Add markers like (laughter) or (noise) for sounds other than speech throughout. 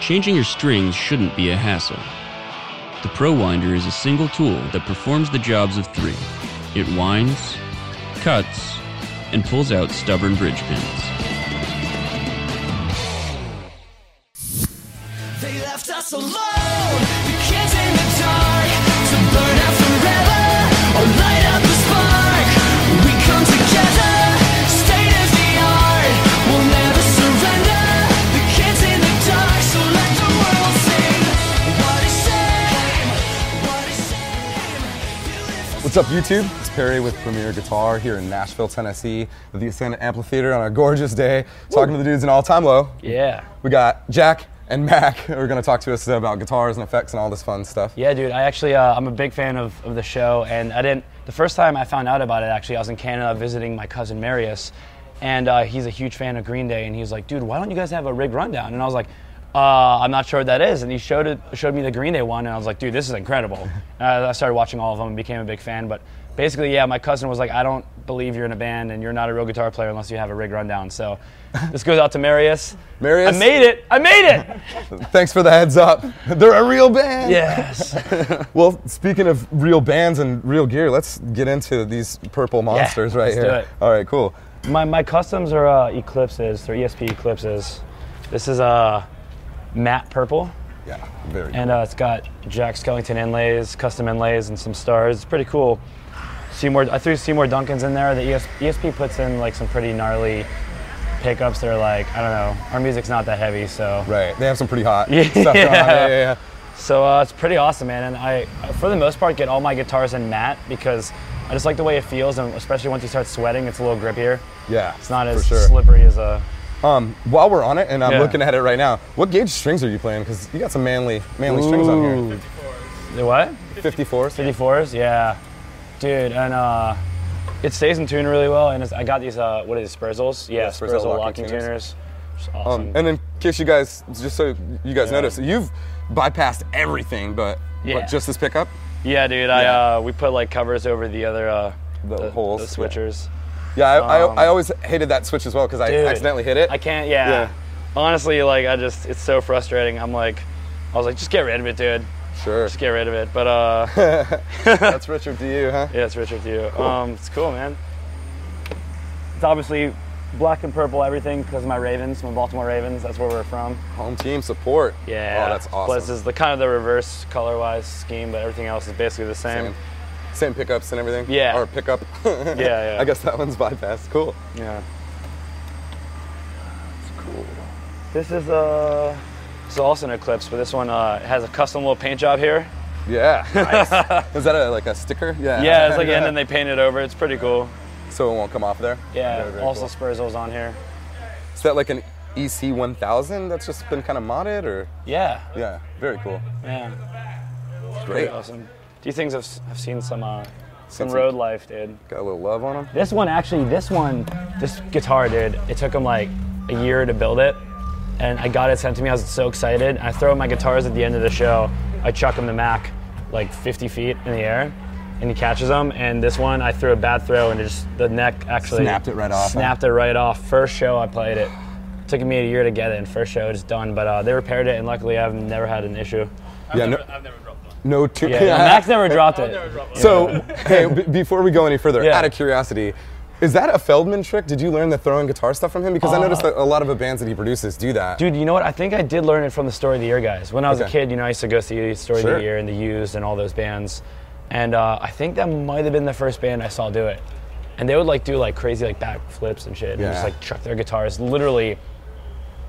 Changing your strings shouldn't be a hassle. The Pro Winder is a single tool that performs the jobs of three. It winds, cuts, and pulls out stubborn bridge pins. They left us alone. The kids in the dark to burn out forever or light up a spark. We come together, state of the art. We'll never surrender. The kids in the dark, so let the world sing. What a shame! What a shame! Beautiful. What's up, YouTube? It's Perry with Premier Guitar here in Nashville, Tennessee, at the Ascendant Amphitheater on a gorgeous day, talking to the dudes in all time low. Yeah. We got Jack and Mac (laughs) who are going to talk to us about guitars and effects and all this fun stuff. Yeah, dude. I actually, uh, I'm a big fan of, of the show, and I didn't. The first time I found out about it, actually, I was in Canada visiting my cousin Marius, and uh, he's a huge fan of Green Day, and he was like, "Dude, why don't you guys have a rig rundown?" And I was like, uh, "I'm not sure what that is." And he showed it, showed me the Green Day one, and I was like, "Dude, this is incredible." and I, I started watching all of them and became a big fan. But basically, yeah, my cousin was like, "I don't believe you're in a band, and you're not a real guitar player unless you have a rig rundown." So this goes out to Marius. Marius? I made it! I made it! Thanks for the heads up. (laughs) They're a real band. yes. Well, speaking of real bands and real gear, let's get into these purple monsters right let's do here. it. All right, cool. My, my customs are uh, Eclipses, they're ESP Eclipses. This is a uh, matte purple, Yeah, very and uh, it's got Jack Skellington inlays, custom inlays, and some stars. It's pretty cool. Seymour, I threw Seymour Duncan's in there. The E ES, ESP puts in like some pretty gnarly pickups. They're like, I don't know, our music's not that heavy, so cool. Right. They have some pretty (laughs) hot stuff going on. Yeah, yeah, yeah. so uh, it's pretty awesome, man. And I, for the most part, get all my guitars in matte because I just like the way it feels, and especially once you start sweating, it's a little grippier. Yeah. It's not for as sure. slippery as a Um, while we're on it, and I'm Yeah. looking at it right now, what gauge strings are you playing? Because you got some manly, manly strings on here. The what? 54s. 54s? Yeah. Dude, and uh, it stays in tune really well. And it's, I got these, uh, what are these, Spurzels? Yeah, Yeah, Spurzel Spurzel locking, locking tuners. tuners. Which is Um, awesome. and in case you guys, just so you guys Yeah. notice, you've bypassed everything, but Yeah. but just this pickup. yeah, dude, I yeah. uh, we put like covers over the other uh, The holes, the yeah. switchers. Yeah, I, Um, I, I always hated that switch as well because I Dude, accidentally hit it. I can't. Yeah. Yeah. Honestly, like I just, it's so frustrating. I'm like, I was like, just get rid of it, dude. Sure. Just get rid of it. (laughs) But uh, yeah, That's Richard to you, huh? it's Richard to you. Um, it's cool, man. It's obviously black and purple everything because of my Ravens, my Baltimore Ravens. That's where we're from. Home team support. Yeah. Oh, that's awesome. Plus, it's the kind of the reverse color-wise scheme, but everything else is basically the same. Same. Same pickups and everything. Yeah. Or pickup. (laughs) Yeah, yeah. I guess that one's bypassed. Cool. Yeah. It's cool. This is uh, this is also an Eclipse, but this one uh, has a custom little paint job here. Yeah. Nice. (laughs) Is that a, like a sticker? Yeah. (laughs) Yeah, it's like, and then they paint it over. It's pretty cool. So it won't come off there. Yeah. Very, very also, cool. Spurzels on here. Is that like an E EC 1000 that's just been kind of modded or? Yeah. Yeah, very cool. Yeah. Great. Pretty awesome. These things have s- I've seen some uh, some Seen some- road life, dude. Got a little love on them. This one actually, this one, this guitar, dude, it took him like a year to build it. And I got it sent to me. I was so excited. I throw my guitars at the end of the show. I chuck him the Mac like 50 feet in the air, and he catches them. And this one, I threw a bad throw, and it just the neck actually Snapped it right off, huh? Snapped it right off. First show I played it. Took me a year to get it, and first show it's done. But uh, they repaired it, and luckily I've never had an issue. yeah, I've never- I've never dropped one. no, no two. Yeah, (laughs) no, Mac's never dropped it. Never dropped one. So, hey, b- before we go any further, Yeah. out of curiosity, is that a Feldman trick? Did you learn the throwing guitar stuff from him? Because Uh-huh. I noticed that a lot of the bands that he produces do that. Dude, you know what? I think I did learn it from the Story of the Year guys. When I was a Okay. kid, you know, I used to go see Story of Sure. the Year and the Used and all those bands. And uh, I think that might have been the first band I saw do it. And they would like do like crazy like back flips and shit, and just Yeah. like chuck their guitars, literally,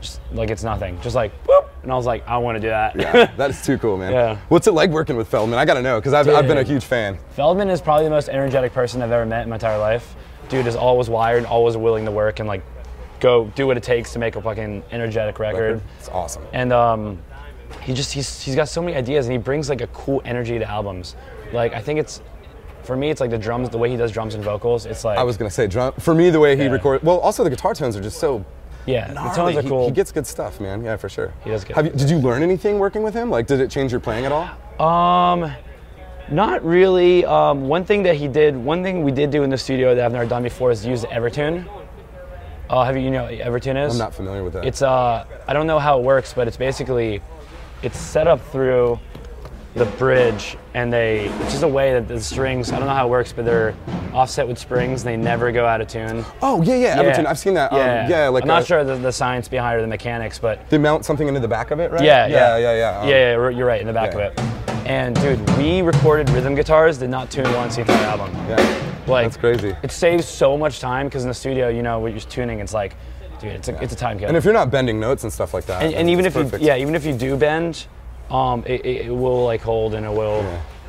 just like it's nothing, just like whoop. And I was like, I want to do that. yeah, that is too cool, man. Yeah. What's it like working with Feldman? I gotta know because I've, I've been a Dude. huge fan. (laughs) Feldman is probably the most energetic person I've ever met in my entire life. Dude is always wired, always willing to work, and like go do what it takes to make a fucking energetic record. It's awesome. and um, he just he's, he's got so many ideas and he brings like a cool energy to albums like i think it's for me it's like the drums the way he does drums and vocals it's like I was gonna say drum. For me, the way he Yeah. record. Well, also the guitar tones are just so. yeah the gnarly. tones are He- cool He, gets good stuff, man. Yeah, for sure. He does get Have you, did you learn anything working with him? Like, did it change your playing at all? um not really um, one thing that he did one thing we did do in the studio that i've never done before is use evertune Uh, have you, you know Everton is? I'm not familiar with that. It's uh, I don't know how it works, but it's basically, it's set up through the bridge, and they it's just a way that the strings. I don't know how it works, but they're offset with springs. They never go out of tune. oh yeah, yeah, Everton. I've seen that. Um, yeah, like I'm not uh, sure the, the science behind it or the mechanics, but They mount something into the back of it, right? yeah, yeah, yeah, yeah, yeah. um, yeah, yeah, you're- you're right in the back yeah. of it. And dude, we recorded rhythm guitars, did not tune once the entire album. yeah. Like That's crazy. It saves so much time because in the studio, you know, when you're tuning, it's like, dude, it's a it's a time killer. And if you're not bending notes and stuff like that, and, then and even if it's perfect. you yeah, even if you do bend, um, it, it, it will like hold and it will.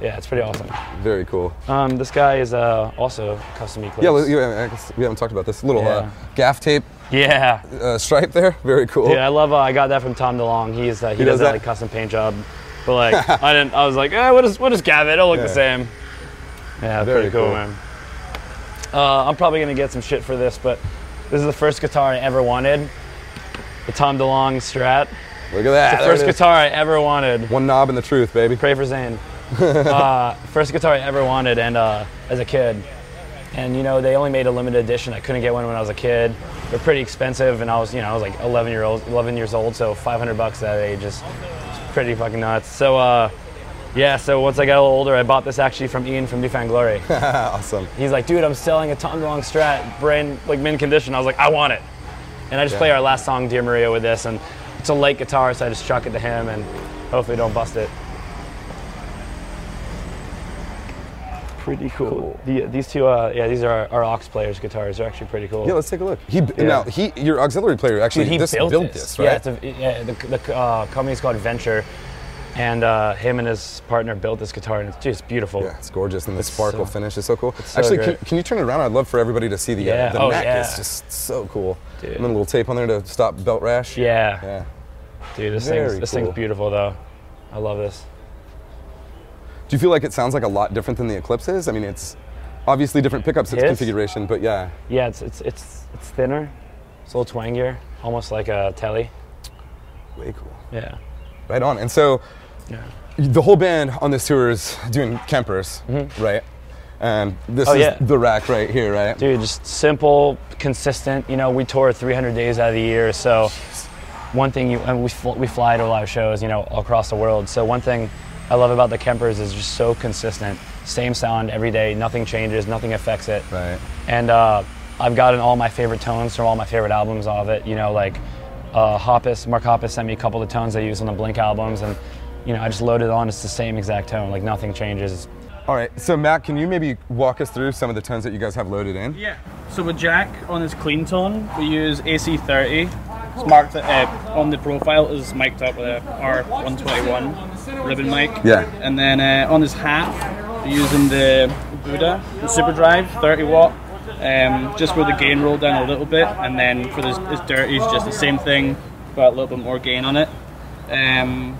Yeah. it's pretty awesome. very cool. Um, this guy is uh, also custom eclipse. yeah, li- yeah, I guess we haven't talked about this little uh, Yeah. gaff tape yeah, uh, stripe there. (laughs) Very cool. dude, I love. Uh, I got that from Tom DeLong. He's uh, he, Oh. does does, that that? like custom paint job, but (laughs) like I didn't. I was like, eh, what is what is Gavitt? It'll look Yeah. the same. Very Yeah, pretty cool, cool. man. Uh, I'm probably gonna get some shit for this, but this is the first guitar I ever wanted. The Tom DeLong Strat. Look at that. The There first it is. guitar I ever wanted. One knob and the truth, baby. Pray for Zane. uh, first guitar I ever wanted, and uh, as a kid. And you know, they only made a limited edition. I couldn't get one when I was a kid. They're pretty expensive, and I was, you know, I was like 11 year old, 11 years old, so 500 bucks that age is is pretty fucking nuts. So, uh, yeah. So once I got a little older, I bought this actually from Ian from Newfound Glory. (laughs) awesome. He's like, dude, I'm selling a Tom DeLonge Strat, brand like mint condition. I was like, I want it. And I just play our last song, Dear Maria, with this, and it's a light guitar, so I just chuck it to him, and hopefully don't bust it. Pretty cool. The- these two, uh, yeah, these are our, our aux players' guitars. They're actually pretty cool. Yeah, let's take a look. He b now he your auxiliary player actually Dude, he this, built, built this. this, Yeah, right? it's a, yeah the, the uh, company's called Venture, and uh, him and his partner built this guitar, and it's just beautiful. Yeah, it's gorgeous, and the sparkle so- finish is so cool. so Actually, can, great. can you turn it around? I'd love for everybody to see the uh, Yeah, the oh, neck. yeah. It's just so cool. Dude. And then a little tape on there to stop belt rash. Yeah. Yeah. Dude, this Very thing's this cool. thing's beautiful though. I love this. Do you feel like it sounds like a lot different than the Eclipse is? I mean, it's obviously different pickups, it's It is. configuration, but yeah. Yeah, it's it's it's it's thinner. It's a little twangier, almost like a telly. Way cool. Yeah. Right on. And so Yeah. the whole band on this tour is doing Kempers, right? And this Mm-hmm. Oh, is yeah. the rack right here, right? Dude, just simple, consistent. You know, we tour 300 days out of the year, so one thing you and we fl- we fly to a lot of shows, you know, across the world. So one thing I love about the Kempers is just so consistent. Same sound every day. Nothing changes. Nothing affects it. Right. and uh, I've gotten all my favorite tones from all my favorite albums of it. You know, like uh, Hoppus, Mark Hoppus sent me a couple of the tones I use on the Blink albums, and you know, I just loaded it on. It's the same exact tone, like nothing changes. All right. So, Matt, can you maybe walk us through some of the tones that you guys have loaded in? Yeah. So with Jack on his clean tone, we use AC30. It's marked uh, on the profile is mic'd up with a R121 ribbon mic. Yeah. And then uh, on his hat, we're using the Buddha the Superdrive 30 watt. Um, just where the gain rolled down a little bit, and then for his, his dirty, it's just the same thing, but a little bit more gain on it. Um,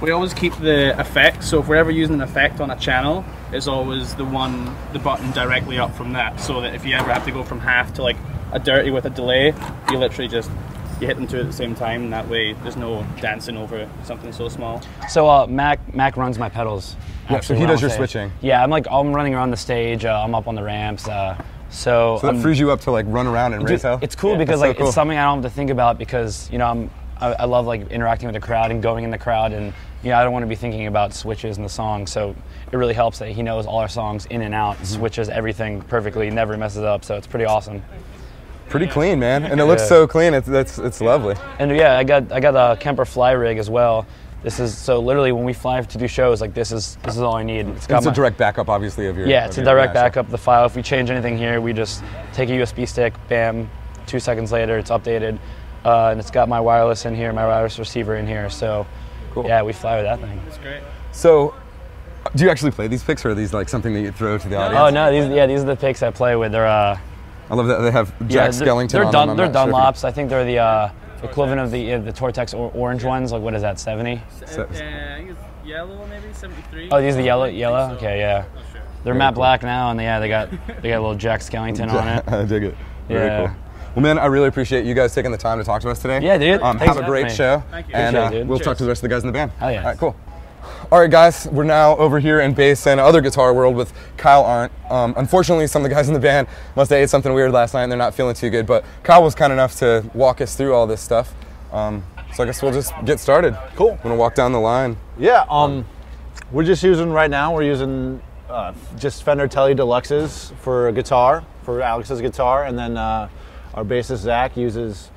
we always keep the effect, so if we're ever using an effect on a channel, it's always the one, the button directly up from that, so that if you ever have to go from half to like a dirty with a delay, you literally just you hit them two at the same time, and that way there's no dancing over something so small. So uh, Mac Mac runs my pedals. Yeah, so actually, he when does I'm your on stage. switching. Yeah, I'm like I'm running around the stage. Uh, I'm up on the ramps. Uh, so So that I'm- frees you up to like run around and Dude, race hell? It's cool That's because so like cool. it's something I don't have to think about because you know I'm I, I love like interacting with the crowd and going in the crowd and you know I don't want to be thinking about switches in the song so it really helps that he knows all our songs in and Mm-hmm. out switches everything perfectly never messes up so it's pretty awesome pretty clean, man, and it looks Yeah. so clean. It's that's it's lovely. and yeah I got I got a Kemper fly rig as well this is so literally when we fly to do shows like this is this is all I need it's got It's a my- direct backup, obviously, of your. yeah of it's a your direct master. backup of the file if we change anything here we just take a usb stick bam two seconds later it's updated uh, and it's got my wireless in here my wireless receiver in here so Cool. yeah we fly with that thing It's great. So, do you actually play these picks, or are these like something that you throw to the audience? oh no these yeah these are the picks i play with they're uh I love that they have Jack yeah, they're, Skellington they're, on Dun- them. I'm they're not sure if you- dunlops i think they're the uh, equivalent of the uh, the tortex or- orange ones like what is that 70 So- Uh, I think it's yellow, maybe 73. oh these are the yellow yellow okay yeah sure. they're matte black now and yeah they got they got a little jack skellington (laughs) on it I dig it. Very Yeah. cool. Well, man, I really appreciate you guys taking the time to talk to us today. Yeah, dude. Um, Thanks have a for great having me. show. Thank you. And Appreciate uh, it, dude. we'll talk Cheers. to the rest of the guys in the band. Hell yeah. All right, cool. All right, guys, we're now over here in bass and other guitar world with Kyle Arndt. Um, unfortunately, some of the guys in the band must have ate something weird last night and they're not feeling too good, but Kyle was kind enough to walk us through all this stuff. Um, so I guess we'll just get started. Cool. I'm gonna walk down the line. Yeah, um, we're just using right now. We're using uh, just Fender Tele Deluxes for a guitar, for Alex's guitar, and then uh, our bassist Zach uses,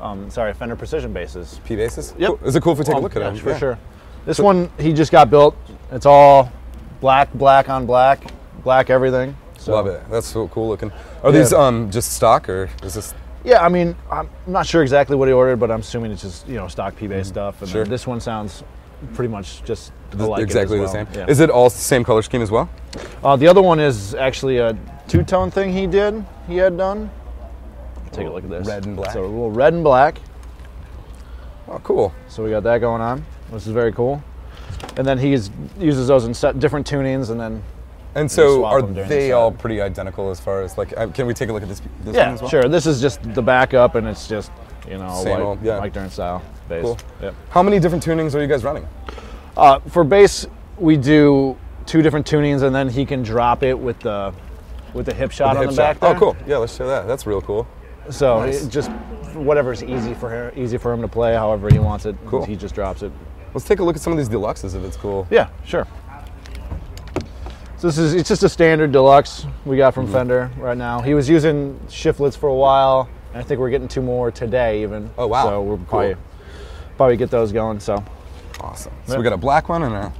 um, sorry, Fender Precision basses. P bases? Yep. Cool. Is it cool if we take a look at yeah, them? for sure. This one he just got built. It's all black, black on black, black everything. So, Love it. That's so cool looking. Are these Yeah. um, just stock or is this? Yeah, I mean, I'm not sure exactly what he ordered, but I'm assuming it's just you know stock P bass stuff. And Mm-hmm. Sure. then this one sounds pretty much just alike as exactly well. the same. Yeah. Is it all the same color scheme as well? Uh, the other one is actually a two-tone thing he did. He had done. Take a look at this. Red and black. So a little red and black. Oh, cool. So we got that going on. This is very cool. And then he uses those in set different tunings, and then And so swap are them during the they set. all pretty identical as far as like? uh, Can we take a look at this? this one as well? sure. This is just the backup, and it's just you know Same like, old, yeah. Mike Dern style bass. Cool. Yep. How many different tunings are you guys running? Uh, for bass, we do two different tunings, and then he can drop it with the with the hip shot The on hip the shot. back. There. Oh, cool. Yeah, let's show that. That's real cool. So Nice. it just whatever's easy for her, easy for him to play, however he wants it. Cool. He just drops it. Let's take a look at some of these deluxes if it's cool. Yeah, sure. So this is it's just a standard deluxe we got from Mm-hmm. Fender right now. He was using shiftlets for a while, and I think we're getting two more today even. Oh, wow. So we'll Cool. probably probably get those going. So Awesome. So we got a black one and a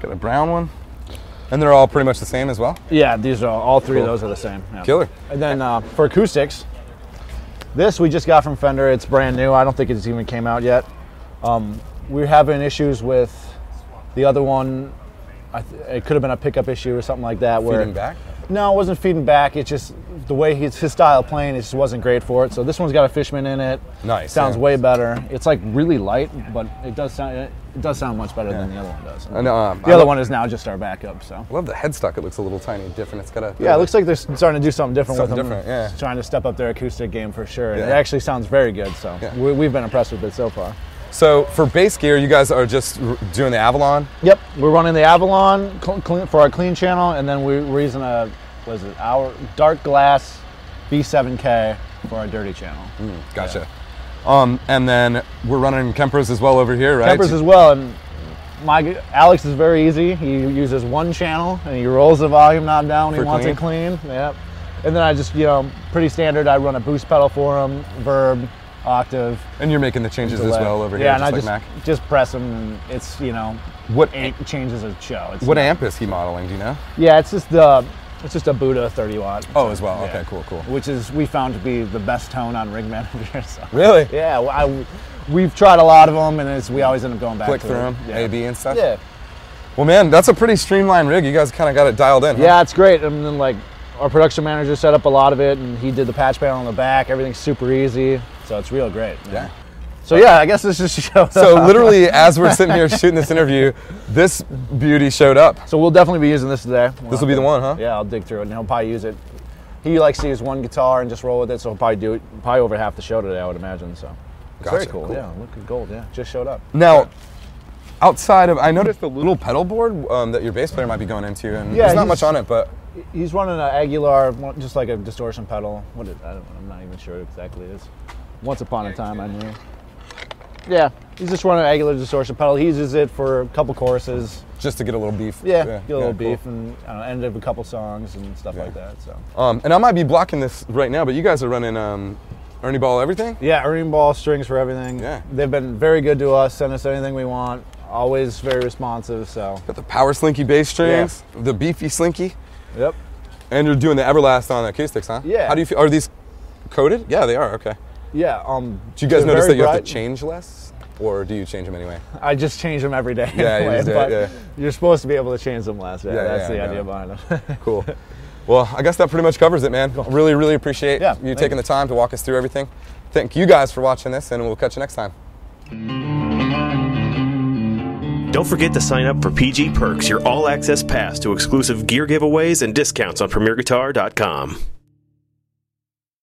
got a brown one, and they're all pretty much the same as well. yeah, these are all three Cool. of those are the same. yeah. Killer. And then uh, for acoustics, this we just got from Fender. It's brand new. I don't think it's even came out yet. Um, we're having issues with the other one. I th- it could have been a pickup issue or something like that. where Feeding back. No, it wasn't feeding back. It's just the way his, his style of playing. It just wasn't great for it. So this one's got a Fishman in it. Nice, Sounds yeah. way better. It's like really light, but it does sound it, it does sound much better than the other one does. And um, the other one is now just our backup. So. I love the headstock. It looks a little tiny different. It's got a Yeah, it looks like they're starting to do something different Something with them. different, yeah. Trying to step up their acoustic game for sure. And It Yeah. actually sounds very good, so Yeah. we, we've been impressed with it so far. So for bass gear, you guys are just r- doing the Avalon. Yep, we're running the Avalon cl- clean, for our clean channel, and then we, we're using a was it our dark glass B7K for our dirty channel. Gotcha. Um, and then we're running Kempers as well over here, right? Peppers as well, and my g- Alex is very easy. He uses one channel and he rolls the volume knob down. when For he wants it clean. Yep. And then I just you know pretty standard. I run a boost pedal for him, verb, octave. and you're making the changes as delay. well over here, Yeah, just and like I just Mac. just press them, and it's you know What amp, it changes a show. It's what amp is he modeling? Do you know? Yeah, it's just the it's just a Buddha 30 watt. Oh, as well. Yeah. Okay, cool, cool. Which is we found to be the best tone on Rig Manager. (laughs) So. Really? Yeah, well, I, we've tried a lot of them, and it's, we always end up going back. Click to through it. them, Yeah. AB and stuff. Yeah, Well, man, that's a pretty streamlined rig. You guys kind of got it dialed in. huh? yeah, it's great. And then like our production manager set up a lot of it, and he did the patch panel on the back. Everything's super easy, so it's real great. man. Yeah. So yeah, I guess this (laughs) just shows. So literally, as we're sitting here shooting this interview, this beauty showed up. So we'll definitely be using this today. This will be the one, huh? Yeah, I'll dig through it and he'll probably use it. He likes to use one guitar and just roll with it, so he'll probably do it probably over half the show today, I would imagine. So it's very Gotcha, cool. cool. Yeah, look at gold. Yeah, just showed up. Now, outside of, I noticed the little pedal board um, that your bass player might be going into, and Yeah, there's not he's- much on it, but He's running an Aguilar, one- just like a distortion pedal. What is, I don't, I'm not even sure what exactly it is. Once upon a time, I knew. Yeah, he's just running an Aguilar distortion pedal. He uses it for a couple choruses. just to get a little beef. Yeah, get a little cool. beef and I don't know, end of a couple songs and stuff like that. So. Um, and I might be blocking this right now, but you guys are running um, Ernie Ball everything. Yeah, Ernie Ball strings for everything. Yeah. They've been very good to us, send us anything we want, always very responsive, so Got the power slinky bass strings, the beefy slinky, yep. and you're doing the Everlast on acoustics, huh? Yeah. How do you feel? Are these coated? Yeah, they are. Okay. Yeah, um Do you guys they're notice that very you have bright. to change less, or do you change them (laughs) anyway? I just change them every day. Yeah, you anyway, just do it, but yeah. You're supposed to be able to change them last. Yeah, Yeah, that's yeah, the I idea know. (laughs) behind them. Cool. Well, I guess that pretty much covers it, man. Really, really appreciate Yeah, you thank taking you. the time to walk us through everything. Thank you guys for watching this, and we'll catch you next time. Don't forget to sign up for PG Perks, your all access pass to exclusive gear giveaways and discounts on PremierGuitar.com.